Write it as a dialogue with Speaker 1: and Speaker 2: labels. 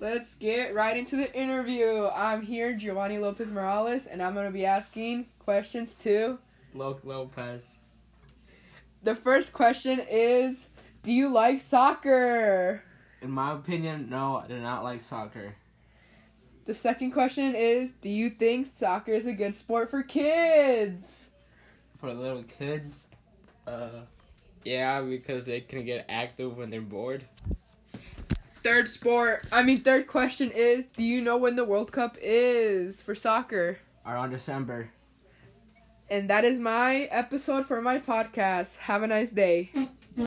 Speaker 1: Let's get right into the interview. I'm here, Giovanni Lopez Morales, and I'm going to be asking questions to
Speaker 2: Loc Lopez.
Speaker 1: The first question is Do you like soccer?
Speaker 2: In my opinion, no, I do not like soccer.
Speaker 1: The second question is Do you think soccer is a good sport for kids?
Speaker 2: For little kids, uh, yeah, because they can get active when they're bored.
Speaker 1: Third sport, I mean, third question is Do you know when the World Cup is for soccer?
Speaker 2: Around December.
Speaker 1: And that is my episode for my podcast. Have a nice day.